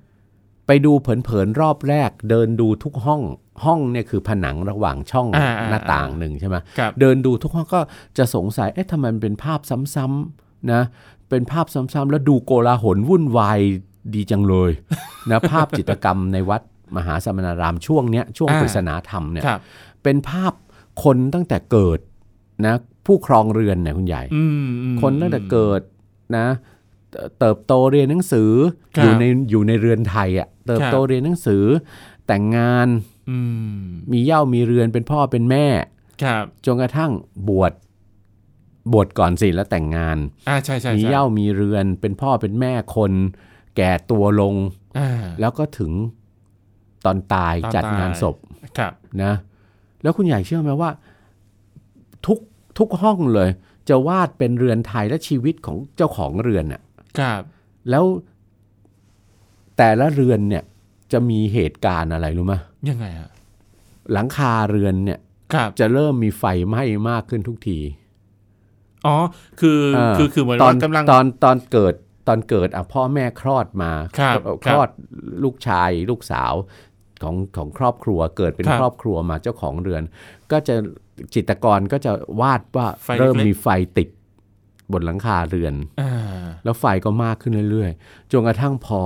[SPEAKER 2] ไปดูเผินๆรอบแรก เดินดูทุกห้องห้องเนี่ยคือผนังระหว่างช่อง
[SPEAKER 1] อ่าอ่า
[SPEAKER 2] หน้าต่างหนึ่งใช่ไหม
[SPEAKER 1] ครับ
[SPEAKER 2] เดินดูทุกห้องก็จะสงสัย เอ๊ะทำไมมันเป็นภาพซ้ำๆนะ เป็นภาพซ้ำๆแล้วดูโกลาหลวุ่นวายดีจังเลย นะ ภาพจิตรกรรมในวัดมหาสมณารามช่วงเนี้ยช่วง
[SPEAKER 1] อ่า
[SPEAKER 2] ปริศนาธรรมเนี่ย
[SPEAKER 1] ครับ
[SPEAKER 2] เป็นภาพคนตั้งแต่เกิดนะผู้ครองเรือนเนี่ยคุณใหญ่
[SPEAKER 1] อืมอืม
[SPEAKER 2] คนตั้งแต่เกิดนะเอ่อเติบโตเรียนหนังสือ
[SPEAKER 1] ครับ
[SPEAKER 2] อยู่ในอยู่ในเรือนไทยอะ่ะเติบโต
[SPEAKER 1] ครับ
[SPEAKER 2] เรียนหนังสือ แต่งงาน
[SPEAKER 1] อืม
[SPEAKER 2] มีเหย่ามีเรือนเป็นพ่อเป็นแม่
[SPEAKER 1] ครับ
[SPEAKER 2] จนกระทั่งบวชบวชก่อนสิแล้วแต่งงาน
[SPEAKER 1] อ่าใช่ใช่
[SPEAKER 2] มี
[SPEAKER 1] ใช่
[SPEAKER 2] เหย้ามีเรือนเป็นพ่อเป็นแม่คน แก่ตัวลง
[SPEAKER 1] อ่า
[SPEAKER 2] แล้วก็ถึงตอนตาย
[SPEAKER 1] ตอนตาย
[SPEAKER 2] จัดงานศพ
[SPEAKER 1] ครับ
[SPEAKER 2] นะ แล้วคุณใหญ่เชื่อไหมว่า ทุกทุกห้องเลย จะวาดเป็นเรือนไทยและชีวิตของเจ้าของเรือนน่ะ
[SPEAKER 1] ครับ
[SPEAKER 2] แล้วแต่ละเรือนเนี่ยจะมีเหตุการณ์อะไรรู้ไหมย
[SPEAKER 1] ยังไงฮะ
[SPEAKER 2] หลังคาเรือนเนี่ย
[SPEAKER 1] ครับ
[SPEAKER 2] จะเริ่มมีไฟไหม้มากขึ้นทุกที
[SPEAKER 1] อ๋อคือ
[SPEAKER 2] เอ่อ
[SPEAKER 1] คือคือเหมือน
[SPEAKER 2] ตอ
[SPEAKER 1] ว่าน กำลัง
[SPEAKER 2] ตอนตอนเกิดตอนเกิดอ่ะพ่อแม่คลอดมา
[SPEAKER 1] ครับ
[SPEAKER 2] เอ่อ
[SPEAKER 1] ครั
[SPEAKER 2] ค
[SPEAKER 1] บ
[SPEAKER 2] ลอดลูกชายลูกสาวของของครอบครัวเกิดเป็น
[SPEAKER 1] ครั
[SPEAKER 2] ค
[SPEAKER 1] บ
[SPEAKER 2] รอบครัวมาเจ้าของเรือน ก็จะจิตรกรก็จะวาดว่า
[SPEAKER 1] ไฟเล็กๆ
[SPEAKER 2] เริ่มมีไฟติดบนหลังคาเรือน
[SPEAKER 1] อ่า
[SPEAKER 2] แล้วไฟก็มากขึ้นเรื่อยๆ จนกระทั่งพอ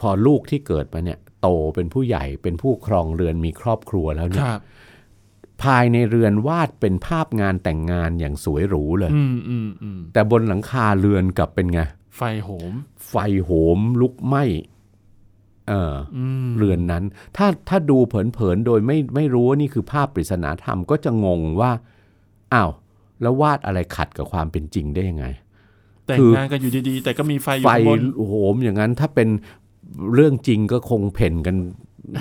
[SPEAKER 2] พอลูกที่เกิดมาเนี่ยโตเป็นผู้ใหญ่เป็นผู้ครองเรือนมีครอบครัวแล้ว
[SPEAKER 1] ค
[SPEAKER 2] เนี่ย
[SPEAKER 1] รับ
[SPEAKER 2] ภายในเรือนวาดเป็นภาพงานแต่งงานอย่างสวยหรูเลย
[SPEAKER 1] อืมอืมอืม
[SPEAKER 2] แต่บนหลังคาเรือนกลับเป็นไง
[SPEAKER 1] ไฟโหม
[SPEAKER 2] ไฟโหมลุกไหม้เอ่อ
[SPEAKER 1] อืม
[SPEAKER 2] เรือนนั้น ถ้าถ้าดูเผินๆ โดยไม่ไม่รู้ว่านี่คือภาพปริศนาธรรมก็จะงงว่าอ้าวแล้ววาดอะไรขัดกับความเป็นจริงได้ยังไง
[SPEAKER 1] แต่ง
[SPEAKER 2] คือ
[SPEAKER 1] งานกันอยู่ดีๆ แต่ก็มีไฟอยู่
[SPEAKER 2] ไฟ
[SPEAKER 1] ข้างบน
[SPEAKER 2] โหมอย่างนั้นถ้าเป็นเรื่องจริงก็คงเพ่นกัน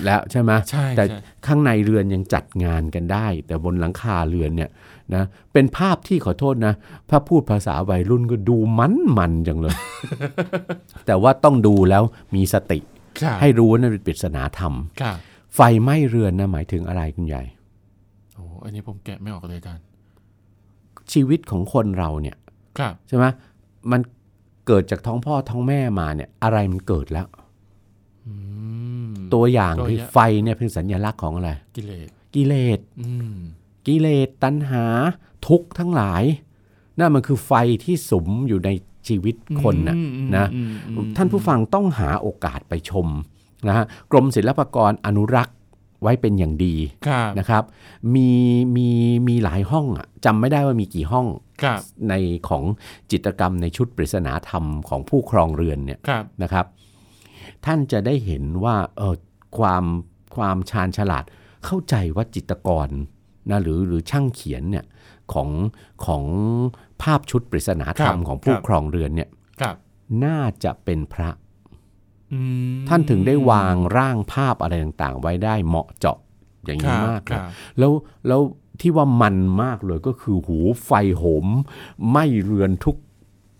[SPEAKER 2] แล้วใช่ไหม
[SPEAKER 1] ใช่
[SPEAKER 2] แต่
[SPEAKER 1] ใช่
[SPEAKER 2] ข้างในเรือนยังจัดงานกันได้ แต่บนหลังคาเรือนเนี่ยนะเป็นภาพที่ขอโทษนะถ้าพูดภาษาวัยรุ่นก็ดูมันมันๆจัง เลย แต่ว่าต้องดูแล้วมีสติ
[SPEAKER 1] ครับ
[SPEAKER 2] ให้รู้ว่านั่นเป็นปริศนาธรรม
[SPEAKER 1] ครับ
[SPEAKER 2] ไฟไหม้เรือนนะหมายถึงอะไรคุณใหญ่
[SPEAKER 1] โอ้อันนี้ผมแกะไม่ออกเลยอาจารย์
[SPEAKER 2] ชีวิตของคนเราเนี่ย
[SPEAKER 1] ครับ
[SPEAKER 2] ใช่ไหมมันเกิดจากท้องพ่อท้องแม่มาเนี่ยอะไรมันเกิดแล้ว
[SPEAKER 1] อืม
[SPEAKER 2] ตัวอย่าง
[SPEAKER 1] ตัว
[SPEAKER 2] คือ
[SPEAKER 1] อย่าง
[SPEAKER 2] ไฟเนี่ยเป็นสัญลักษณ์ของอะไร
[SPEAKER 1] กิเลส
[SPEAKER 2] กิเลส
[SPEAKER 1] อืม
[SPEAKER 2] กิเลสตัณหาทุกข์ทั้งหลายนั่นมันคือไฟที่สุมอยู่ในชีวิตคนน่ะ
[SPEAKER 1] อืมอืม
[SPEAKER 2] นะ
[SPEAKER 1] อืมอืม
[SPEAKER 2] ท่านผู้ฟังต้องหาโอกาสไปชมนะฮะกรมศิลปากรอนุรักษ์ไว้เป็นอย่างดี
[SPEAKER 1] ครับ
[SPEAKER 2] นะครับมีมีมีหลายห้องอะจำไม่ได้ว่ามีกี่ห้อง
[SPEAKER 1] ครับ
[SPEAKER 2] ในของจิตรกรรมในชุดปริศนาธรรมของผู้ครองเรือนเนี่ย
[SPEAKER 1] ครับ
[SPEAKER 2] นะครับท่านจะได้เห็นว่าเออความความชาญฉลาดเข้าใจว่าจิตรกรนะหรือหรือช่างเขียนเนี่ยของของภาพชุดปริศนาธรร
[SPEAKER 1] ค
[SPEAKER 2] ม
[SPEAKER 1] รับ
[SPEAKER 2] ของผู้
[SPEAKER 1] ครับ
[SPEAKER 2] ครองเรือนเนี่ย
[SPEAKER 1] ครับ
[SPEAKER 2] น่าจะเป็นพระ
[SPEAKER 1] อืม
[SPEAKER 2] ท่านถึงได้วางร่างภาพอะไรต่างๆ ไว้ได้เหมาะเจาะอย่าง
[SPEAKER 1] ค
[SPEAKER 2] นี้
[SPEAKER 1] รับ
[SPEAKER 2] มาก
[SPEAKER 1] ค
[SPEAKER 2] เลย
[SPEAKER 1] รับ
[SPEAKER 2] แล้วแล้วที่ว่ามันมากเลยก็คือหูไฟโหมไหม้เรือนทุก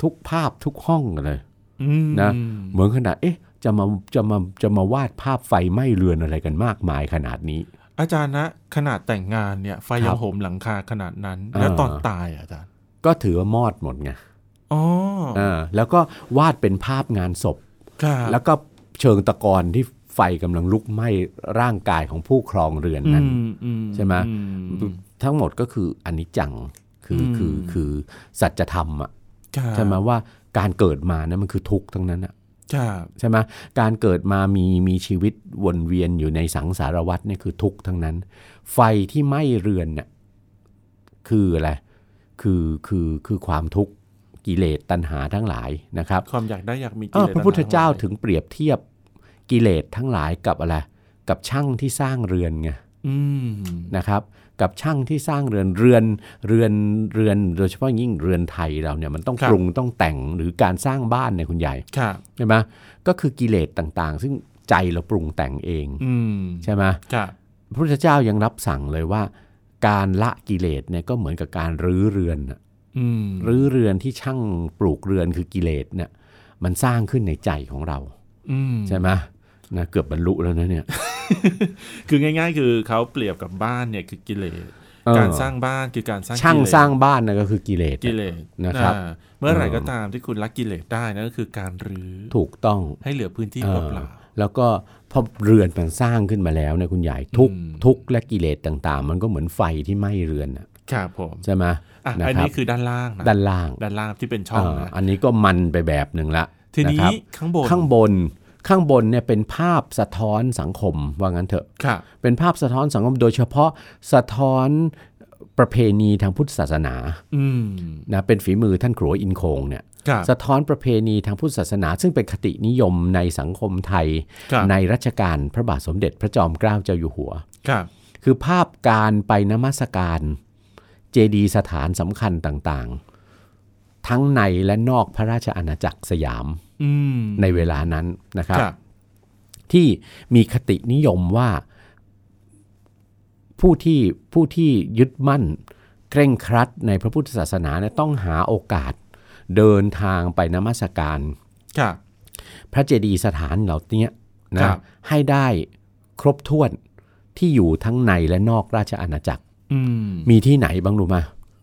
[SPEAKER 2] ทุกภาพทุกห้องเลย
[SPEAKER 1] อืม
[SPEAKER 2] นะ เหมือนขนาด เอ๊ะ จะมา จะมา จะมาวาดภาพไฟไหม้เรือนอะไรกันมากมายขนาดนี้
[SPEAKER 1] อาจารย์นะ ขนาดแต่งงานเนี่ย ไฟ
[SPEAKER 2] ครั
[SPEAKER 1] ยั
[SPEAKER 2] บ
[SPEAKER 1] งโหมหลังคาขนาดนั้น
[SPEAKER 2] อ่า
[SPEAKER 1] แล้วตอนตายอ่ะอาจารย์
[SPEAKER 2] ก็ถือว่ามอดหมดไง
[SPEAKER 1] อ๋อ
[SPEAKER 2] เออแล้วก็วาดเป็นภาพงานศพ
[SPEAKER 1] ครับ
[SPEAKER 2] แล้วก็เชิงตะกอนที่ไฟกำลังลุกไหม้ร่างกายของผู้ครองเรือนนั้น
[SPEAKER 1] อืมอื
[SPEAKER 2] ใช่ไหม
[SPEAKER 1] อืม
[SPEAKER 2] ทั้งหมดก็คืออนิจจัง คือ
[SPEAKER 1] อืม
[SPEAKER 2] คือคือสัจธรรมอ่ะ
[SPEAKER 1] ครับ
[SPEAKER 2] ใช่ไหมว่าการเกิดมานะมันคือทุกข์ทั้งนั้นอ่ะ
[SPEAKER 1] ครับ
[SPEAKER 2] ใช่ไหมการเกิดมามีมีชีวิตวนเวียนอยู่ในสังสารวัฏเนี่ยคือทุกข์ทั้งนั้น ไฟที่ไหม้เรือนน่ะคืออะไร คือคือคือความทุกข์กิเลสตัณหาทั้งหลายนะครับ
[SPEAKER 1] ความอยากได้อยากมีกิ
[SPEAKER 2] อ้าว
[SPEAKER 1] เลส
[SPEAKER 2] พระพุทธเจ้า
[SPEAKER 1] ทั้งหลย
[SPEAKER 2] ถึงเปรียบเทียบกิเลสทั้งหลายกับอะไร กับช่างที่สร้างเรือนไง
[SPEAKER 1] อืม
[SPEAKER 2] นะครับ กับช่างที่สร้างเรือนเรือนเรือนเรือนโดยเฉพาะยิ่งเรือนไทยเราเนี่ยมันต้องปรุงต้องแต่งหรือการสร้างบ้านเนี่ยคุณใหญ่
[SPEAKER 1] ครับ
[SPEAKER 2] ใช่ไหมก็คือกิเลสต่างๆ ซึ่งใจเราปรุงแต่งเอง
[SPEAKER 1] อืม
[SPEAKER 2] ใช่ไหม
[SPEAKER 1] ครับ
[SPEAKER 2] พระพุทธเจ้ายังรับสั่งเลยว่า การละกิเลสเนี่ยก็เหมือนกับการรื้อเรือนน่ะ
[SPEAKER 1] อืม
[SPEAKER 2] รื้อเรือนที่ช่างปลูกเรือนคือกิเลสเนี่ยมันสร้างขึ้นในใจของเรา
[SPEAKER 1] อืม
[SPEAKER 2] ใช่ไหมนะเกือบบรรลุแล้วนะเนี่ย
[SPEAKER 1] คือง่าย ๆ คือเขาเปรียบกับบ้านเนี่ยคือกิเลส
[SPEAKER 2] เออ
[SPEAKER 1] การสร้างบ้านคือการสร้าง
[SPEAKER 2] ช่าง
[SPEAKER 1] กิเลส
[SPEAKER 2] สร้างบ้านนะก็คือกิเลส
[SPEAKER 1] กิเลส
[SPEAKER 2] นะครับ
[SPEAKER 1] อ่าเมื่อไหร่ก็ตามที่คุณละกิเลสได้นั่นก็คือการรื้อ
[SPEAKER 2] ถูกต้อง
[SPEAKER 1] ให้เหลือพื้นที่
[SPEAKER 2] เออ
[SPEAKER 1] เปล่า
[SPEAKER 2] แล้วก็พอเรือนมันสร้างขึ้นมาแล้วเนี่ยคุณใหญ่ทุกข์
[SPEAKER 1] อืม
[SPEAKER 2] ทุกข์และกิเลสต่างๆ มันก็เหมือนไฟที่ไหม้เรือนน่ะ
[SPEAKER 1] ๆครับผม
[SPEAKER 2] ใช่ไหม
[SPEAKER 1] อ่ะ
[SPEAKER 2] นะ
[SPEAKER 1] อัน
[SPEAKER 2] ครั
[SPEAKER 1] นี้คือด้านล่างนะ
[SPEAKER 2] ด้านล่าง
[SPEAKER 1] ด้านล่างที่เป็นช่
[SPEAKER 2] เอ
[SPEAKER 1] อง
[SPEAKER 2] อ
[SPEAKER 1] นะ
[SPEAKER 2] อันนี้ก็มันไปแบบหนึ่งละ
[SPEAKER 1] ทีนี้
[SPEAKER 2] ะครับ
[SPEAKER 1] ข้างบน
[SPEAKER 2] ข้างบนข้างบนเนี่ยเป็นภาพสะท้อนสังคมว่างั้นเถอะ
[SPEAKER 1] ครับ
[SPEAKER 2] เป็นภาพสะท้อนสังคมโดยเฉพาะสะท้อนประเพณีทางพุทธศาสนา
[SPEAKER 1] อืม
[SPEAKER 2] นะเป็นฝีมือท่านครัวอินคงเนี่ย
[SPEAKER 1] ครับ
[SPEAKER 2] สะท้อนประเพณีทางพุทธศาสนา ซึ่งเป็นคตินิยมในสังคมไทย
[SPEAKER 1] ครับ
[SPEAKER 2] ในรัชกาลพระบาทสมเด็จพระจอมเกล้าเจ้าอยู่หัว
[SPEAKER 1] ครับ
[SPEAKER 2] คือภาพการไปนมัสการเจดีย์สถานสำคัญต่างๆ ทั้งในและนอกพระราชอาณาจักรสยาม
[SPEAKER 1] อืม
[SPEAKER 2] ในเวลานั้นนะครับ
[SPEAKER 1] ครับ
[SPEAKER 2] ที่มีคตินิยมว่าผู้ที่ผู้ที่ยึดมั่น เคร่งครัดในพระพุทธศาสนาเนี่ยต้องหาโอกาสเดินทางไปนมัสการ
[SPEAKER 1] ครับ
[SPEAKER 2] พระเจดีย์สถานเหล่าเนี้ย
[SPEAKER 1] ครั
[SPEAKER 2] นะ
[SPEAKER 1] บ
[SPEAKER 2] ให้ได้ครบถ้วนที่อยู่ทั้งในและนอกราชอาณาจักร
[SPEAKER 1] อืม
[SPEAKER 2] มีที่ไหนบ้างรู้ไหม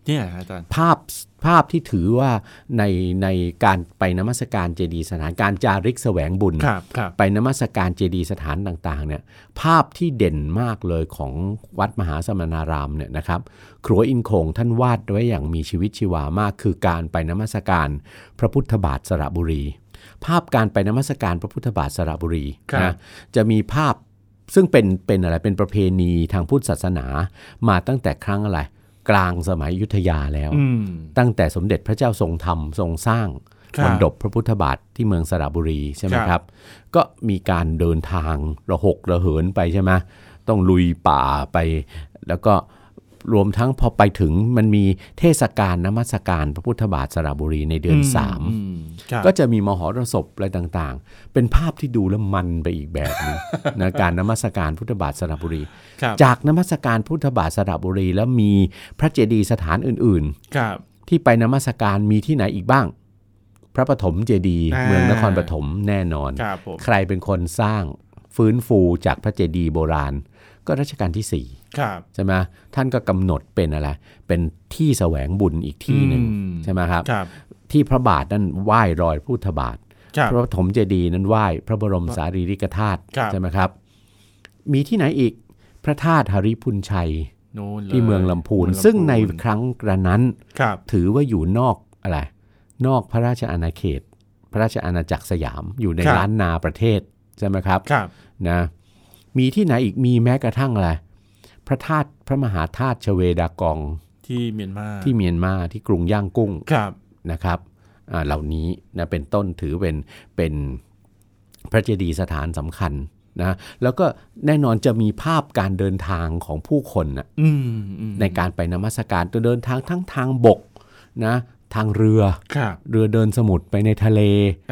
[SPEAKER 1] เนี่ยฮะอาจารย์
[SPEAKER 2] ภาพภาพที่ถือว่าในในการไปนมัสการเจดีย์สถานการจาริกแสวงบุญ
[SPEAKER 1] ครับครับ
[SPEAKER 2] ไปนมัสการเจดีย์สถานต่างๆเนี่ยภาพที่เด่นมากเลยของวัดมหาสมณารามเนี่ยนะครับครัวอินคงท่านวาดไว้อย่างมีชีวิตชีวามาก คือการไปนมัสการพระพุทธบาทสระบุรี ภาพการไปนมัสการพระพุทธบาทสระบุรี
[SPEAKER 1] ครับ
[SPEAKER 2] นะจะมีภาพซึ่งเป็นเป็นอะไรเป็นประเพณีทางพุทธศาสนามาตั้งแต่ครั้งอะไร กลางสมัยอยุทธยาแล้ว
[SPEAKER 1] อืม
[SPEAKER 2] ตั้งแต่สมเด็จพระเจ้าทรงธรรมทรงสร้าง
[SPEAKER 1] ครับ
[SPEAKER 2] มณฑปพระพุทธบาทที่เมืองสระบุรีใช่ไหม
[SPEAKER 1] ครับ
[SPEAKER 2] ครับ ก็มีการเดินทางระหกระเหินไปใช่ไหมต้องลุยป่าไป แล้วก็รวมทั้งพอไปถึงมันมีเทศกาลนมัสการพระพุทธบาทสระบุรีในเดือนสาม
[SPEAKER 1] อืมครับ
[SPEAKER 2] ก็จะมีมหรสพอะไรต่างๆ เป็นภาพที่ดูแล้วมันไปอีกแบบหนึง นะการนมัสการพุทธบาทสระบุรี
[SPEAKER 1] ครับ
[SPEAKER 2] จากนมัสการพุทธบาทสระบุรี แล้วมีพระเจดีย์สถานอื่น ๆ
[SPEAKER 1] ครับ
[SPEAKER 2] ที่ไปนมัสการมีที่ไหนอีกบ้าง พระปฐมเจดีย์
[SPEAKER 1] อ่า
[SPEAKER 2] เมืองนครปฐมแน่นอน
[SPEAKER 1] ครับผม
[SPEAKER 2] ใครเป็นคนสร้างฟื้นฟูจากพระเจดีย์โบราณ ก็รัชกาลที่
[SPEAKER 1] ครับ
[SPEAKER 2] 4 ใช่ไหมท่านก็กำหนดเป็นอะไร เป็นที่แสวงบุญอีกที่หนึ่ง
[SPEAKER 1] อืม
[SPEAKER 2] ใช่ไหมครับ
[SPEAKER 1] ครับ
[SPEAKER 2] ที่พระบาทนั่นไหว้รอยพุทธบาท
[SPEAKER 1] ครับ
[SPEAKER 2] พระปฐมเจดีย์นั้นไหว้พระบรมสารีริกธาตุ
[SPEAKER 1] ครับ
[SPEAKER 2] ใช่ไหมครับ มีที่ไหนอีกพระธาตุหริพุนชัย
[SPEAKER 1] นู่นลย
[SPEAKER 2] ที่เมืองลำพูน
[SPEAKER 1] เมือ
[SPEAKER 2] ซึ่งใน
[SPEAKER 1] ลำพู
[SPEAKER 2] ครั้งกระนั้น
[SPEAKER 1] ครับ
[SPEAKER 2] ถือว่าอยู่นอกอะไร นอกพระราชอาณาเขต พระราชอาณาจักรสยามอยู่ในล้านนาประเทศใช่ไหมครับ
[SPEAKER 1] ครับ
[SPEAKER 2] นะมีที่ไหนอีกมีแม้กระทั่งอะไร พระธาตุพระมหาธาตุชเวดากอง
[SPEAKER 1] ที่เมียนมา
[SPEAKER 2] ที่เมียนมาที่กรุงย่างกุ้ง
[SPEAKER 1] ครับ
[SPEAKER 2] นะครับอ่าเหล่านี้นะเป็นต้นถือเป็นเป็นพระเจดีย์สถานสำคัญนะแล้วก็แน่นอนจะมีภาพการเดินทางของผู้คนนะ
[SPEAKER 1] อืมอืม
[SPEAKER 2] ในการไปนมัสการตัวเดินทางทั้งทางบกนะทางเรือ
[SPEAKER 1] ครับ
[SPEAKER 2] เรือเดินสมุทรไปในทะเล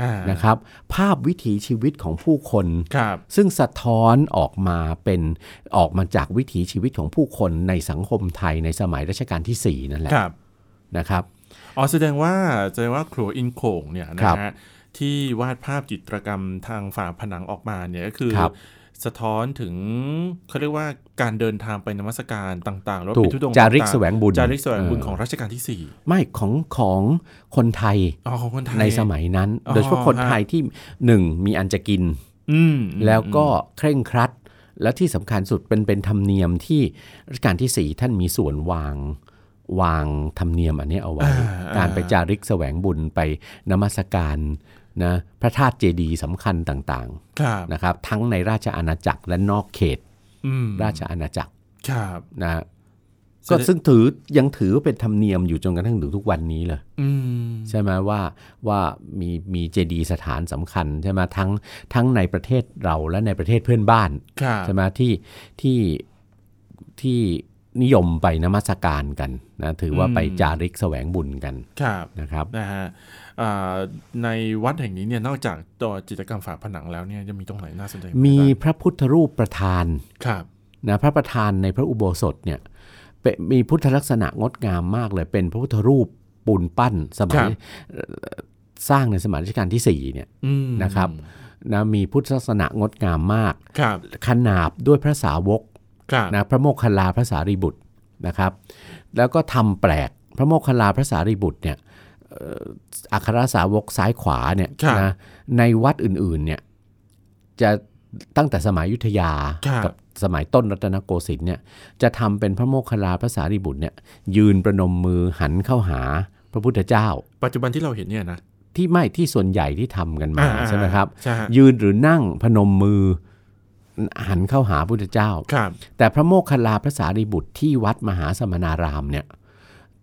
[SPEAKER 1] อ่า
[SPEAKER 2] นะครับ ภาพวิถีชีวิตของผู้คน
[SPEAKER 1] ครับ
[SPEAKER 2] ซึ่งสะท้อนออกมาเป็นออกมาจากวิถีชีวิตของผู้คนในสังคมไทยในสมัยรัชกาลทีสี่4 นั่นแหละ
[SPEAKER 1] ครับ
[SPEAKER 2] นะครับ
[SPEAKER 1] อ๋อแสดงว่าแสดงว่าครัวอินโขงเนี่ยนะครับ ฮะที่วาดภาพจิตรกรรมทางฝาผนังออกมาเนี่ยก็คือ
[SPEAKER 2] ครับ
[SPEAKER 1] สะท้อนถึงเขาเรียกว่าการเดินทางไปนมัสการต่างๆแล้ว
[SPEAKER 2] ถู
[SPEAKER 1] ไป
[SPEAKER 2] ก
[SPEAKER 1] ทุดงค์
[SPEAKER 2] จาริก
[SPEAKER 1] ต่งๆ
[SPEAKER 2] แสวงบุญ
[SPEAKER 1] จาริกแสวงบุญ
[SPEAKER 2] เ
[SPEAKER 1] ของรัชกาลที่สี่
[SPEAKER 2] ไม่ของของคนไทย
[SPEAKER 1] อ๋อของคนไทย
[SPEAKER 2] ในสมัยนั้น
[SPEAKER 1] อ๋อ
[SPEAKER 2] โดยเฉพาะคน
[SPEAKER 1] ฮะ
[SPEAKER 2] ไทยที่หนึ่งมีอันจะกิน
[SPEAKER 1] อืมอืม
[SPEAKER 2] แล้วก็เคร่งครัด และที่สำคัญสุดเป็นเป็นธรรมเนียมที่รัชกาลที่ 4 ท่านมีส่วนวางวางธรรมเนียมอันเนี้ยเอาไว้ การไปจาริกแสวงบุญไปนมัสการนะพระธาตุเจดีย์สำคัญต่าง
[SPEAKER 1] ครับ
[SPEAKER 2] ๆนะครับ ทั้งในราชอาณาจักรและนอกเขต
[SPEAKER 1] อืม
[SPEAKER 2] ราชอาณาจักร
[SPEAKER 1] ครับ
[SPEAKER 2] นะฮะ
[SPEAKER 1] แสดง
[SPEAKER 2] ก็ซึ่งถือยังถือว่าเป็นธรรมเนียมอยู่จนกระทั่งถึงทุกวันนี้เลย
[SPEAKER 1] อืม
[SPEAKER 2] ใช่ไหมว่าว่ามีมีเจดีย์สถานสำคัญใช่ไหมทั้งทั้งในประเทศเราและในประเทศเพื่อนบ้าน
[SPEAKER 1] ครับ
[SPEAKER 2] ใช่ไหมที่ที่ที่นิยมไปนมัสการกันนะถือว่าไปจาริกแสวงบุญกัน
[SPEAKER 1] ครับ
[SPEAKER 2] นะครับ
[SPEAKER 1] นะฮะอ่าในวัดแห่งนี้เนี่ยนอกจากตัวจิตรกรรมฝาผนังแล้วเนี่ยจะมีตรงไหนน่าสนใจไห
[SPEAKER 2] มี
[SPEAKER 1] อาจารย์
[SPEAKER 2] พระพุทธรูปประธาน
[SPEAKER 1] ครับ
[SPEAKER 2] นะพระประธานในพระอุโบสถเนี่ยเป็นมีพุทธลักษณะงดงามมากเลย เป็นพระพุทธรูปปูนปั้นสมัยเอ่อสร้างในสมัยรัชกาลที่4เนี่ย
[SPEAKER 1] อืม
[SPEAKER 2] นะครับ นะมีพุทธศาสนางดงามมาก
[SPEAKER 1] ครับ
[SPEAKER 2] ขนาบด้วยพระสาวก
[SPEAKER 1] ครับ
[SPEAKER 2] นะพระโมคคัลลาพระสารีบุตรนะครับ แล้วก็ทำแปลกพระโมคคัลลาพระสารีบุตรเนี่ยเอ่ออัครสาวกซ้ายขวาเนี่ย
[SPEAKER 1] ครับ
[SPEAKER 2] นะในวัดอื่นๆเนี่ยจะตั้งแต่สมัยอยุทธยา
[SPEAKER 1] ครับ
[SPEAKER 2] กัสมัยต้นรัตนโกสินทร์เนี่ยจะทำเป็นพระโมคคัลลาพระสารีบุตรเนี่ยยืนประนมมือหันเข้าหาพระพุทธเจ้า
[SPEAKER 1] ปัจจุบันที่เราเห็นเนี่ยนะ
[SPEAKER 2] ที่ไม่ที่ส่วนใหญ่ที่ทำกันมา
[SPEAKER 1] อ่
[SPEAKER 2] ใช่ไหมครับ
[SPEAKER 1] ใช่ฮะ
[SPEAKER 2] ยืนหรือนั่งพนมมือหันเข้าหาพุทธเจ้า
[SPEAKER 1] ครับ
[SPEAKER 2] แต่พระโมคคัลลาพระสารีบุตรที่วัดมหาสมณารามเนี่ย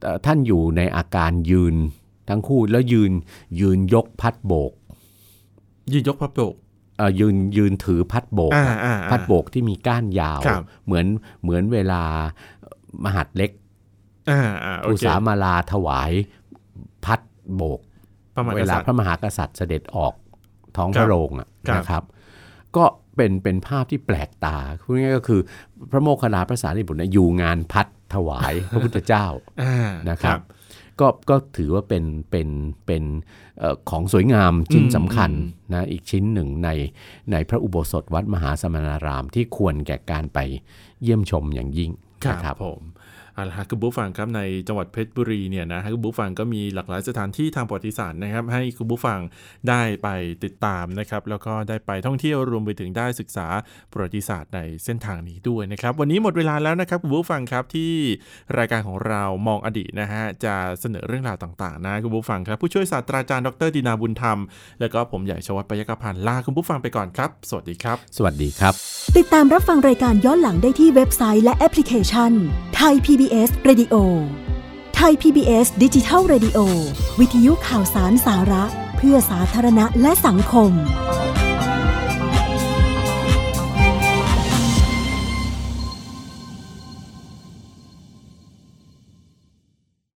[SPEAKER 2] เอ่อท่านอยู่ในอาการยืนทั้งคู่แล้วยืนยืนยกพัดโบก
[SPEAKER 1] ยืนยกพับโบก
[SPEAKER 2] เอ่อยืนยืนถือพัดโบก
[SPEAKER 1] อ่า
[SPEAKER 2] อะ
[SPEAKER 1] อ่า
[SPEAKER 2] พัดโบกที่มีก้านยาว
[SPEAKER 1] ครับ
[SPEAKER 2] เหมือนเหมือนเวลาเอ่อมหัดเล็ก
[SPEAKER 1] อ่าอ่าโอ
[SPEAKER 2] อุ
[SPEAKER 1] เค
[SPEAKER 2] สามาลาถวายพัดโบก
[SPEAKER 1] ประมาณ
[SPEAKER 2] เว
[SPEAKER 1] ก
[SPEAKER 2] ลา
[SPEAKER 1] ษัตริย์
[SPEAKER 2] พระมหากษัตริย์เสด็จออกท้อง
[SPEAKER 1] ค
[SPEAKER 2] พ
[SPEAKER 1] รับ
[SPEAKER 2] ระโรงอะ
[SPEAKER 1] ครับ
[SPEAKER 2] นะครับ ก็เป็นเป็นภาพที่แปลกตาพูดง่ายๆก็คือ พระโมคคัลลาพระสารีบุตรเนี่ยอยู่งานพัดถวาย พระพุทธเจ้า
[SPEAKER 1] อ่า
[SPEAKER 2] นะครับ ก็ก็ถือว่าเป็นเป็นเป็นเอ่อของสวยงามชิ้นสำคัญนะอีกชิ้นหนึ่งในในพระอุโบสถวัดมหาสมณาราม ที่ควรแก่การไปเยี่ยมชมอย่างยิ่ง
[SPEAKER 1] ครับ
[SPEAKER 2] นะ
[SPEAKER 1] ค
[SPEAKER 2] ค
[SPEAKER 1] รั
[SPEAKER 2] รั
[SPEAKER 1] บบ ผมเอาละฮะคุณบุ๊ฟังครับในจังหวัดเพชรบุรีเนี่ยนะฮะคุณบุ๊ฟังก็มีหลากหลายสถานที่ทางประวัติศาสตร์นะครับ ให้คุณบุ๊ฟังได้ไปติดตามนะครับ แล้วก็ได้ไปท่องเที่ยวรวมไปถึงได้ศึกษาประวัติศาสตร์ในเส้นทางนี้ด้วยนะครับ วันนี้หมดเวลาแล้วนะครับคุณบุ๊ฟังครับที่รายการของเรามองอดีตนะฮะจะเสนอเรื่องราวต่างๆนะคุณบุ๊ฟังครับผู้ช่วยศาสตราจารย์ดรดินาบุญธรรม แล้วก็ผมใหญ่ชวัฒน์ปยกพันธ์ลาคุณบุ๊ฟังไปก่อนครับ สวัสดีครับ
[SPEAKER 2] สวัสดีครับ
[SPEAKER 3] ติดตามรับฟังรายการย้อนหลังได้ที่เว็บไซต์และแอปพลิเคชันไทย PBS Radio ไทย PBS ดิจิทัล Radio วิทยุข่าวสารสาระ เพื่อสาธารณะและสังคม